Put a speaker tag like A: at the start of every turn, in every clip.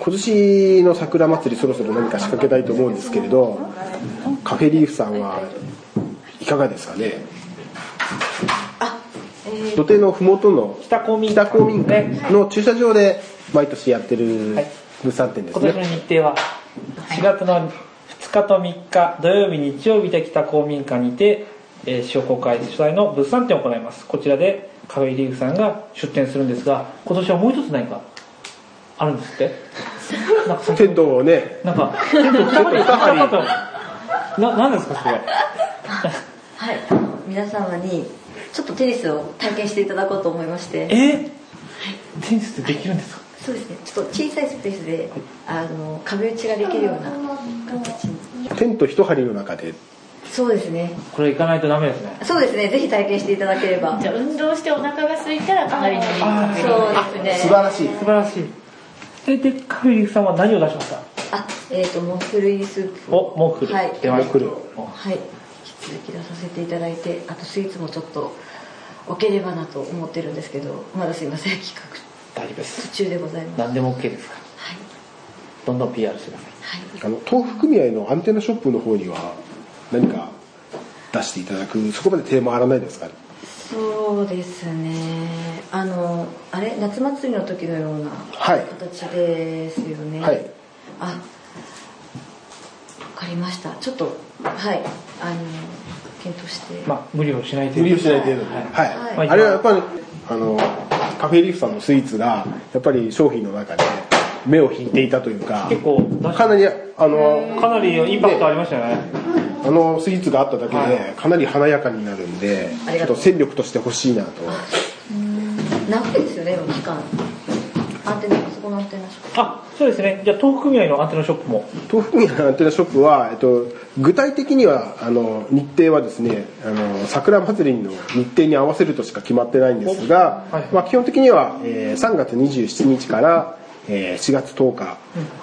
A: 今年の桜祭りそろそろ何か仕掛けたいと思うんですけれどカフェリーフさんはいかがですかね土手の麓の
B: 北公民
A: 北公民館の駐車場で毎年やってる物産展です
B: 今年の
A: ね
B: 日程は4月の2日と3日土曜日日曜日で北公民館にて、えー、商工会主催の物産展を行いますこちらでカフェリーフさんが出展するんですが今年はもう一つ何かあるんですってなんか
A: テントをね
B: なんかちょっと二張り
A: 二張り
B: 二張り な何ですかそれ
C: はい、あの皆様にちょっとテニスを体験していただこうと思いまして
B: えー、テニスってできるんですか
C: そうですねちょっと小さいスペースであの壁打ちができるような形に
A: テント一張りの中で
C: そうですね
B: これ行かないとダメですね
C: そうですねぜひ体験していただければ
D: じゃあ運動してお腹が空いたらかなりのいいカフェ
C: そうですね
A: らしい
B: 素晴らしいそれでカフェリーフさんは何を出しました
C: あえっ、とモッフル入りスープ
B: おモッフル、
C: はい
B: 出ま
A: モ
B: した
A: ッフル
C: はい引き続き出させていただいてあとスイーツもちょっと置ければなと思ってるんですけどまだすいません企画
B: 大丈夫です
C: 途中でございます
B: 何でも OK ですから
C: はい
B: どんどん PR してください
C: はい
A: あの豆腐組合のアンテナショップの方には何か出していただくそこまで手回らないですか
C: そうですねあのあれ夏祭りの時のような
A: はい
C: 形ですよね
A: はい
C: あわかりましたちょっとはいあの検討して、
B: まあ無理をしない程
A: 無理
B: 度
A: をしない程度に
B: はい
A: はい、
B: はい
A: あれはやっぱりあのカフェリーフさんのスイーツがやっぱり商品の中で目を引いていたというか
B: 結構出し
A: かなりあの
B: かなりインパクトありましたよね
A: あのスイーツがあっただけ
B: は
A: でかなり華やかになるんで
C: あ
A: ち
C: り
A: ょっ
C: が
A: と
C: とう
A: 戦力として欲しいなと
C: 長いですよね今期間アンテナそこのアンテナショッ
B: あそうですねじゃあ豆腐組合のアンテナショップも
A: 豆腐組合のアンテナショップは、えっと、具体的にはあの日程はですねあの桜祭りの日程に合わせるとしか決まってないんですが、
B: おはい
A: まあ、基本的には、えー3月27日から、えー4月10日、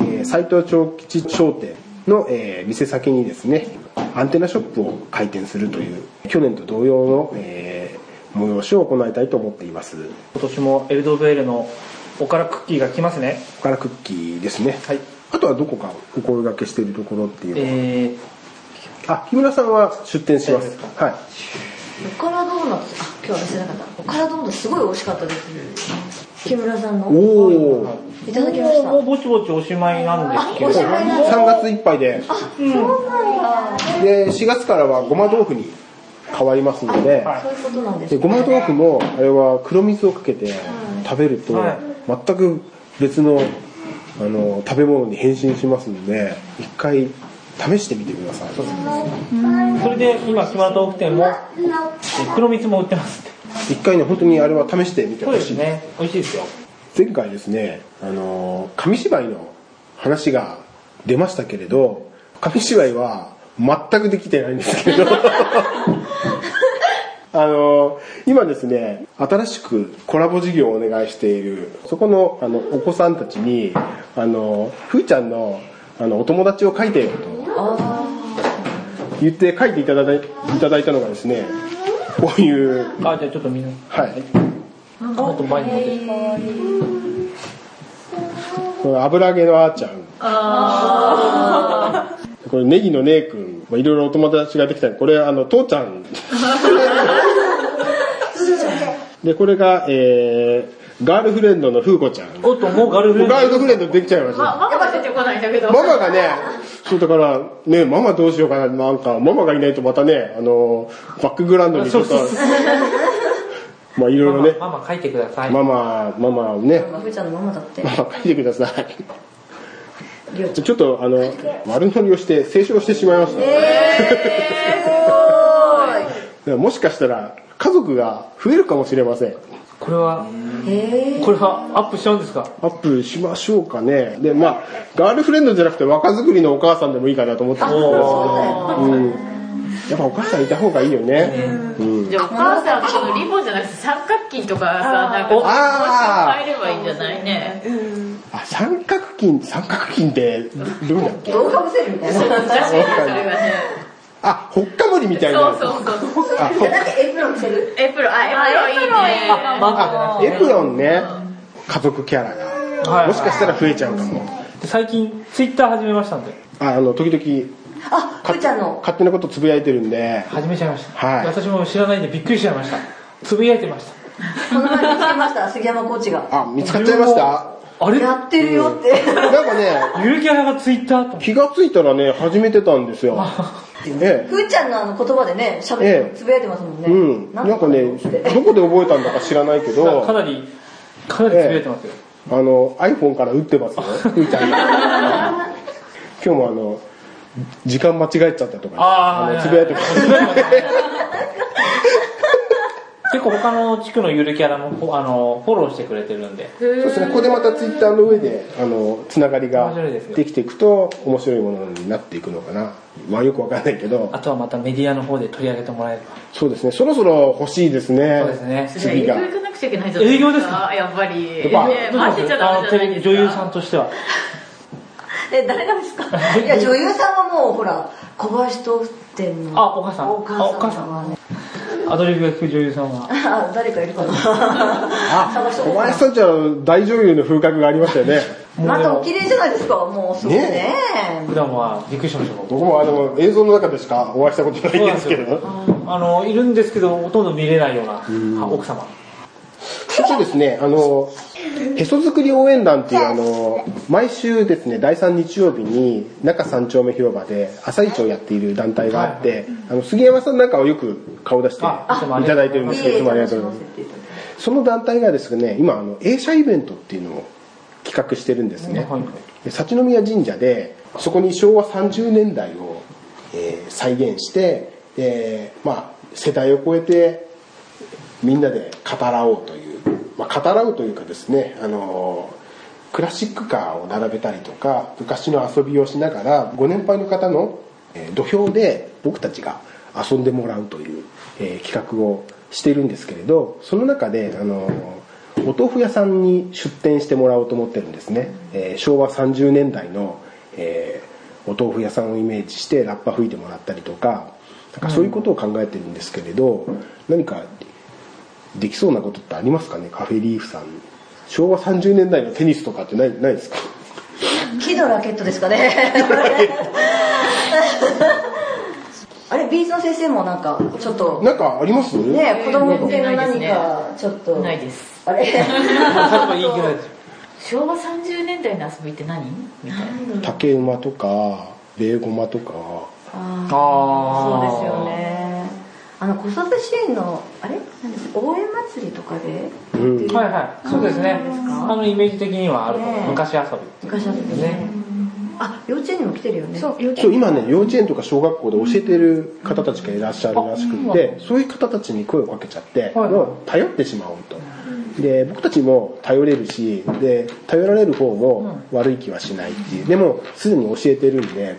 A: えー斉藤長吉商店の、えー店先にですねアンテナショップを開店するという去年と同様の、えー催しを行いたいと思っていますこ
B: 今年もエルドベールのおからクッキーが来ますね
A: こからクッキーですね、
B: はい
A: あとはどこかお声掛けしているところっていうのは
B: えー、
A: あ、木村さんは出店します
B: そうで。
A: はい。
C: プおからドーナツあ今日は忘れなかったおからドーナツすごい美味しかったです木村さんの
A: おお。
C: いただきました
B: もうもうぼちぼちおしまいなんですけ
C: あお
B: ど
C: しまいなんだ
A: 3月いっぱいで。
C: そうなんだ
A: で、4月からはごま豆腐に変わりますので、
B: はい
C: そういうことなんです
A: で
C: ね
A: ごま豆腐も、あれは黒蜜をかけて食べると
B: はい、
A: 全く別の、あの、食べ物に変身しますので、一回試してみてください。
B: それで今木村豆腐店もえ黒蜜も売ってます
A: 一回ね、本当にあれは試してみて
B: そう
A: ほ
B: です
A: しい。
B: ね美味しいですよ
A: 前回ですね、あの、紙芝居の話が出ましたけれど、紙芝居は全くできてないんですけど、 あの、今ですね、新しくコラボ事業をお願いしている、そこの、あの、お子さんたちに、あの、ふーちゃんの、あの、お友達を書いてよと
C: あ
A: 言って書いていただいいただいたのがですね、こういう、
B: あじゃあちょっとみんな
A: はい、
B: もっと前に持ってきて
A: この油揚げのあーちゃん。 これネギのねえくん、まあ、いろいろお友達ができたりこれあの父ちゃんでこれが、えー、ガールフレンドの風子ちゃん
B: おっともうガルフレンド
A: ガールフレンドできちゃいました
D: ママが出てこないんだけど
A: ママがねそうだからねママどうしようかななんかママがいないとまたねあのバックグラウンドにちょっと
B: そうそう
A: まあいろいろね
B: ママママ書いてください、
A: ママママをね
C: ーまあふーちゃんのママ だって
A: ママ書いてください
C: りょうちゃん
A: ちょっとあの悪乗りをして清書してしまいました、だからもしかしたら家族が増えるかもしれません
B: これは
C: へえ
B: これはアップしちゃうんですか
A: アップしましょうかねでまあガールフレンドじゃなくて若作りのお母さんでもいいかなと思ってますけどうんやっぱお母さんいた方がいいよね、うん、
D: じゃあお母さんはこのリボンじゃなくて三角筋とかさなんか
B: お
A: あー
D: 変えればいいんじゃないね
A: あ三角筋三角筋ってどうだっけ
C: 動画見せるみたいな
D: 難しいなそれがね
A: あほっかむりみたいな
D: そうそうそうそう
A: あほっ
C: エプロン着てる
D: エプロンあエプロンいいね
B: あママ
A: あエプロンね家族キャラが
B: はい
A: もしかしたら増えちゃうかも
B: で最近ツイッター始めましたんで
A: ああの時々
C: あふーちゃんの
A: 勝手なことつぶやいてるんで
B: 始めちゃいました、
A: はい
B: 私も知らないんでびっくりしちゃいましたつぶやいてました
C: この前見つけました杉山コーチが
A: あ見つかっちゃいました
B: あれ
C: やってるよって、
A: なんかね
B: ゆるキャラがツイッターと思って
A: 気がついたらね始めてたんですよえ
C: ふーちゃんのあの言葉でね喋って、
A: ええ
C: つぶやいてますもんね、
A: えうん
C: な
A: なんか
C: だ
A: ね
C: ろうって
A: どこで覚えたんだか知らないけど
B: かなりかなりつぶやいてますよ、
A: あの iPhone から打ってますよみたいな今日もあの時間間違えちゃったとか、
B: あー
A: のつぶやいてます
B: つぶやいてますね 結構他の地区のゆるキャラもフォあのフォローしてくれてるんで
A: そうですねここでまたツイッターの上であのつながりが
B: 面白いですよ
A: できていくと面白いものになっていくのかなまあよくわかんないけど
B: あとはまたメディアの方で取り上げてもらえれ
A: そうですねそろそろ欲しいですね
B: ばそうですね
D: じゃあ営
A: 次
D: 業
A: が
D: 行かなくちゃいけないじゃ
B: 営業ですか
D: やっぱり。
A: やっぱ
D: ね待ってちゃダメじゃないですか。
B: あの女優さんとしては
C: え誰なんです かいや女優さんはもうほら小林豆腐店の
B: あお母さん
C: お母さん
B: あお母さん
C: はね
B: アドリブが効く女優さんは
C: あ 誰かいるかな
A: あ
C: 探しとこ
A: 小
C: うかな
A: 林さんちゃん大女優の風格がありましたよね
C: またお綺麗じゃないですかもうすごいね
B: 普段はびっくりしました僕
A: 僕もあの映像の中でしかお会いしたことないんですけど
B: あのいるんですけどほとんど見れないようなあ奥様
A: そしてですね、あの、へそ作り応援団っていう、あの、毎週ですね、第3日曜日に、中三丁目広場で、朝市をやっている団体があって、あの、杉山さんなんかをよく顔出してい
B: あいつもありが
A: ただ
B: とう
A: い
B: ご
A: て
B: ざい
A: るんですすけど、い
B: ま
A: つもありがとうございます。その団体がですね、今、あの、映写イベントっていうのを企画してるんですね。
B: はい
A: で幸宮神社でそこに昭和30年代を、えー再現してで、まあ、世代を超えてみんなで語らおうという、まあ、語らうというかですね、あのークラシックカーを並べたりとか昔の遊びをしながらご年配の方の、えー土俵で僕たちが遊んでもらうという、えー企画をしているんですけれどその中で、あのーお豆腐屋さんに出店してもらおうと思ってるんですね、えー昭和30年代の、えーお豆腐屋さんをイメージしてラッパ吹いてもらったりとかなんかそういうことを考えてるんですけれど、何かできそうなことってありますかねカフェリーフさん昭和30年代のテニスとかってないないですか
C: 木のラケットですかね あれビーズの先生もなんかちょっと
A: なんかあります
C: ね子供向けの
D: ないです
C: 何
D: ね
C: かちょっと
D: ないです
C: あれ
B: あ言い切られてる
D: 昭和30年代の遊びって何みたいな。
A: 竹馬とかベーゴマとか
C: あー
B: あ
C: そうですよねあの子育て支援のあれなんです応援祭りとかで
A: うん
B: はいはいそうですね
C: ですか
B: あのイメージ的にはあると思
C: ね
B: う
C: え
B: 昔遊び
C: 昔あったよねあ幼稚園にも来てるよねそう
A: そう今ね幼稚園とか小学校で教えてる方たちがいらっしゃるらしくってそういう方たちに声をかけちゃって、
B: はい
A: もう頼ってしまおうとで僕たちも頼れるしで頼られる方も悪い気はしないっていうでもすでに教えてるんで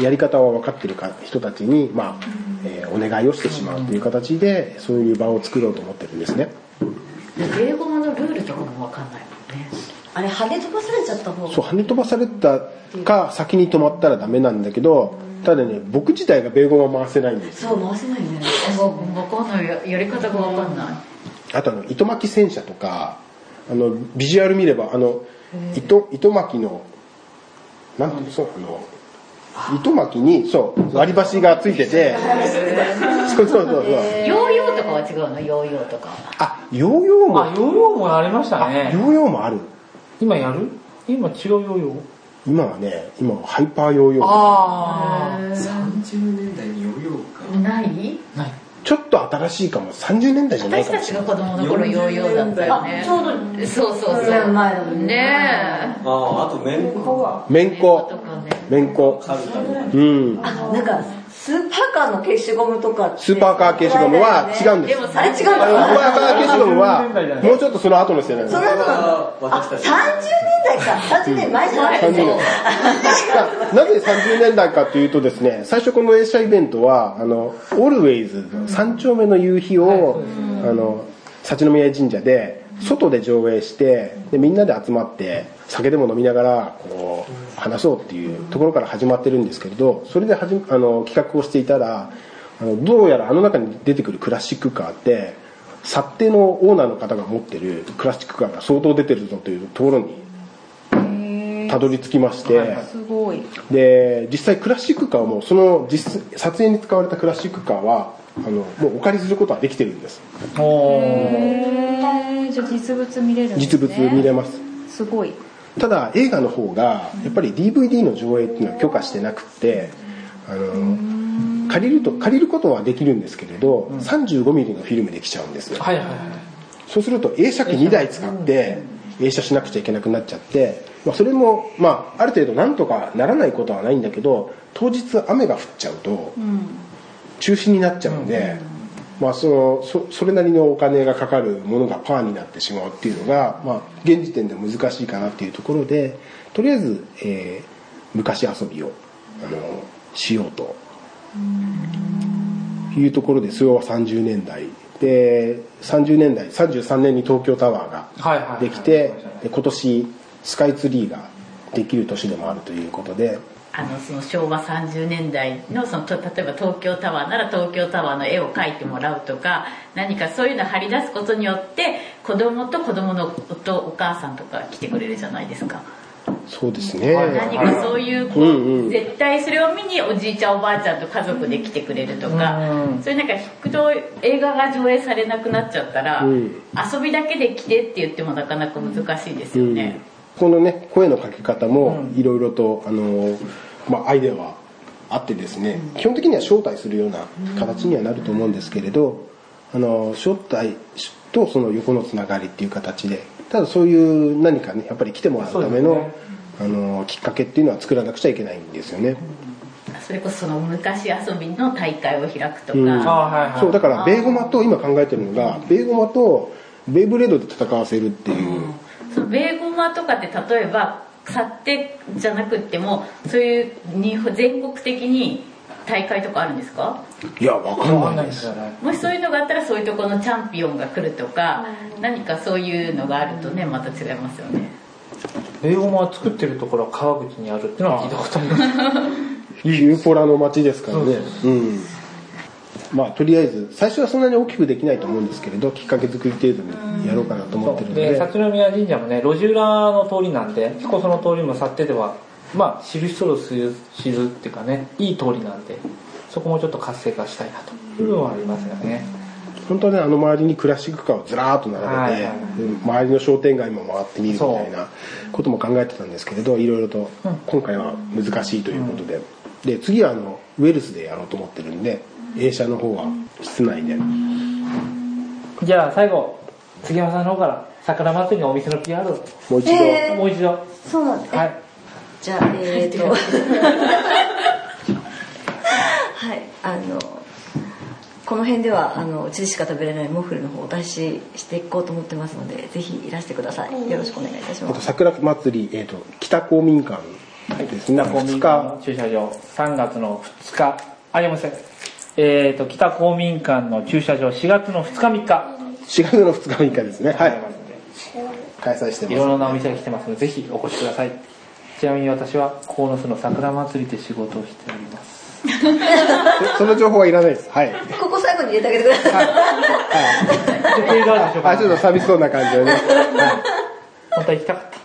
A: やり方は分かってるか人たちに、まあえーお願いをしてしまうという形でそういう場を作ろうと思ってるんですね
D: 英語のルールとかもわかんないもんね。
C: あれ跳ね飛ばされちゃった方が
A: そう跳ね飛ばされたか先に止まったらダメなんだけどただね僕自体が米語は回せないんです
C: そう回せないよね
D: わかんないややり方がわかんない。
A: あとあの糸巻き戦車とかあのビジュアル見ればあの糸糸巻きのなんていうのそうあの糸巻きにそう割り箸がついててそうそうそうそう
D: ヨーヨーとかは違うのヨーヨーとか。
A: あヨーヨーも
B: あヨーヨーもありました
A: あヨ
B: ね
A: ーヨーもある
B: 今やる今違うヨーヨー
A: 今はね今はハイパーヨーヨー
B: あ
E: 30年代にヨーヨーか
D: ない
B: あない
A: ちょっと新しいかも30年代じゃない
D: 私
A: か
D: た
A: もしれない
D: ちが子供の頃ヨーヨーだったよね。
C: あちょうど
D: そうそう
C: それ
D: そう。
C: 前だもんね
D: ね
E: あああと面子
A: めん
D: え。
A: こと
D: かね。
A: めんこ
E: カルタとか
A: うん
C: あなんかスーパーカーの消しゴムとかって
A: スーパーカー消しゴムは違うんで
D: ですも
C: あ
D: さ
C: れ違うん
A: あのスーパー
C: だ
A: カー消しゴムはもうちょっとその後の世代なんです
C: その後
E: は
C: あ
E: 私た
C: 30
E: ち
C: 年代か30年前じゃない
A: 30年なぜ30年代かというとですね最初この映写イベントは「あのオルウェイズ三丁目の夕日を」あの幸宮神社で外で上映してでみんなで集まって酒でも飲みながらこう話そうっていうところから始まってるんですけれどそれではじあの企画をしていたらあのどうやらあの中に出てくるクラシックカーって殺定のオーナーの方が持ってるクラシックカーが相当出てるぞというところにたどり着きまして、
B: はいはい
F: すごい
A: で実際クラシックカーもその実撮影に使われたクラシックカーはあのもうお借りすることはできてるんです
B: おー
F: へーじゃあ実物見れるんです
A: 実
F: ね
A: 物見れます
F: すごい
A: ただ映画の方がやっぱり DVD の上映っていうのは許可してなくってあの借りると借りることはできるんですけれど、35mm のフィルムできちゃうんですよ
B: はいはいはい
A: そうすると映写機2台使って映写しなくちゃいけなくなっちゃって、まあ、それも、まあ、ある程度なんとかならないことはないんだけど当日雨が降っちゃうと中止になっちゃうんで、まあ、そのそそれなりのお金がかかるものがパーになってしまうっていうのが、まあ、現時点で難しいかなっていうところでとりあえず、えー昔遊びをあのしようというところで昭和30年代で30年代33年に東京タワーが
B: はいはいはい
A: できてで今年スカイツリーができる年でもあるということで
D: あのその昭和30年代のそのと例えば東京タワーなら東京タワーの絵を描いてもらうとか何かそういうのを張り出すことによって子供と子供のおとお母さんとか来てくれるじゃないですか
A: そうですね
D: 何かそういうこ
A: うんうん
D: う絶対それを見におじいちゃんおばあちゃんと家族で来てくれるとか
B: うん
D: そういうなんか引くと映画が上映されなくなっちゃったら
A: うん
D: 遊びだけで来てって言ってもなかなか難しいです
A: う
D: よ
A: ん
D: ね
A: このね声のかけ方もいろいろと、あのまあ、アイデアはあってですね、基本的には招待するような形にはなると思うんですけれど、あの招待とその横のつながりっていう形でただそういう何かねやっぱり来てもらうための,、
B: そうですね
A: あのきっかけっていうのは作らなくちゃいけないんですよね、
D: それこそその昔遊びの大会を開くと
A: うん
B: あ
D: か
B: ーはいはい
A: そうだからベーゴマと今考えてるのがベーゴマとベイブレードで戦わせるっていう、
D: そのベーゴマとかって例えば去ってじゃなくってもそういう日本全国的に大会とかあるんですか
A: いやわ
B: わ
A: か
B: かん
A: んな
B: な
A: いい
B: で
A: ですす
B: よね
D: もしそういうのがあったらそういうところのチャンピオンが来るとか何かそういうのがあるとねまた違いますよね
B: ベーゴマを作ってるところは川口にあるってのは聞いたことあります
A: ユーポラの街ですからね
B: そうそう
A: うんまあとりあえず最初はそんなに大きくできないと思うんですけれどきっかけ作り程度にやろうかなと思ってるの
B: で
A: で
B: 薩宮神社もね路地裏の通りなんで結構その通りも去ってではまあ知る人ぞ知る知るっていうかねいい通りなんでそこもちょっと活性化したいなという部分はありますよね、
A: 本当はねあの周りにクラシックカーをずらーっと並べて、
B: はいはいはい
A: うん周りの商店街も回ってみるみたいなことも考えてたんですけれどいろいろと
B: うん
A: 今回は難しいということで、で次はあのウェルスでやろうと思ってるんで映写の方は室内で。
B: じゃあ最後杉山さんの方から桜祭りのお店の PR を
A: もう一度、
C: え
B: もう一度
C: そうなんです、
B: はい
C: じゃあえっ、とはいあのこの辺ではあのうちでしか食べれないモッフルの方をお出ししていこうと思ってますのでぜひいらしてくださいよろしくお願いいたし
A: あ
C: ま
A: と
C: す
A: 桜祭り、えー、と北公民館ですね、
B: 北公民
A: 2
B: 館の
A: 日
B: 駐車場3月の2日ありませんえー、と北公民館の駐車場4月の2日3日
A: 4月の2日3日ですねは
B: あ
A: い
B: りますんで
A: 開催して
B: いろい
A: ま
B: ろなお店が来てますので、ぜひお越しください。ちなみに私は、鴻巣の桜祭りで仕事をしております。
A: すその情報はいらないですはい、はい、
C: ここ最後に入れてあげてください
B: ちょっと映画あるでしょうか
A: あちょっと寂しそうな感じでね、
B: 本当は行きたかった。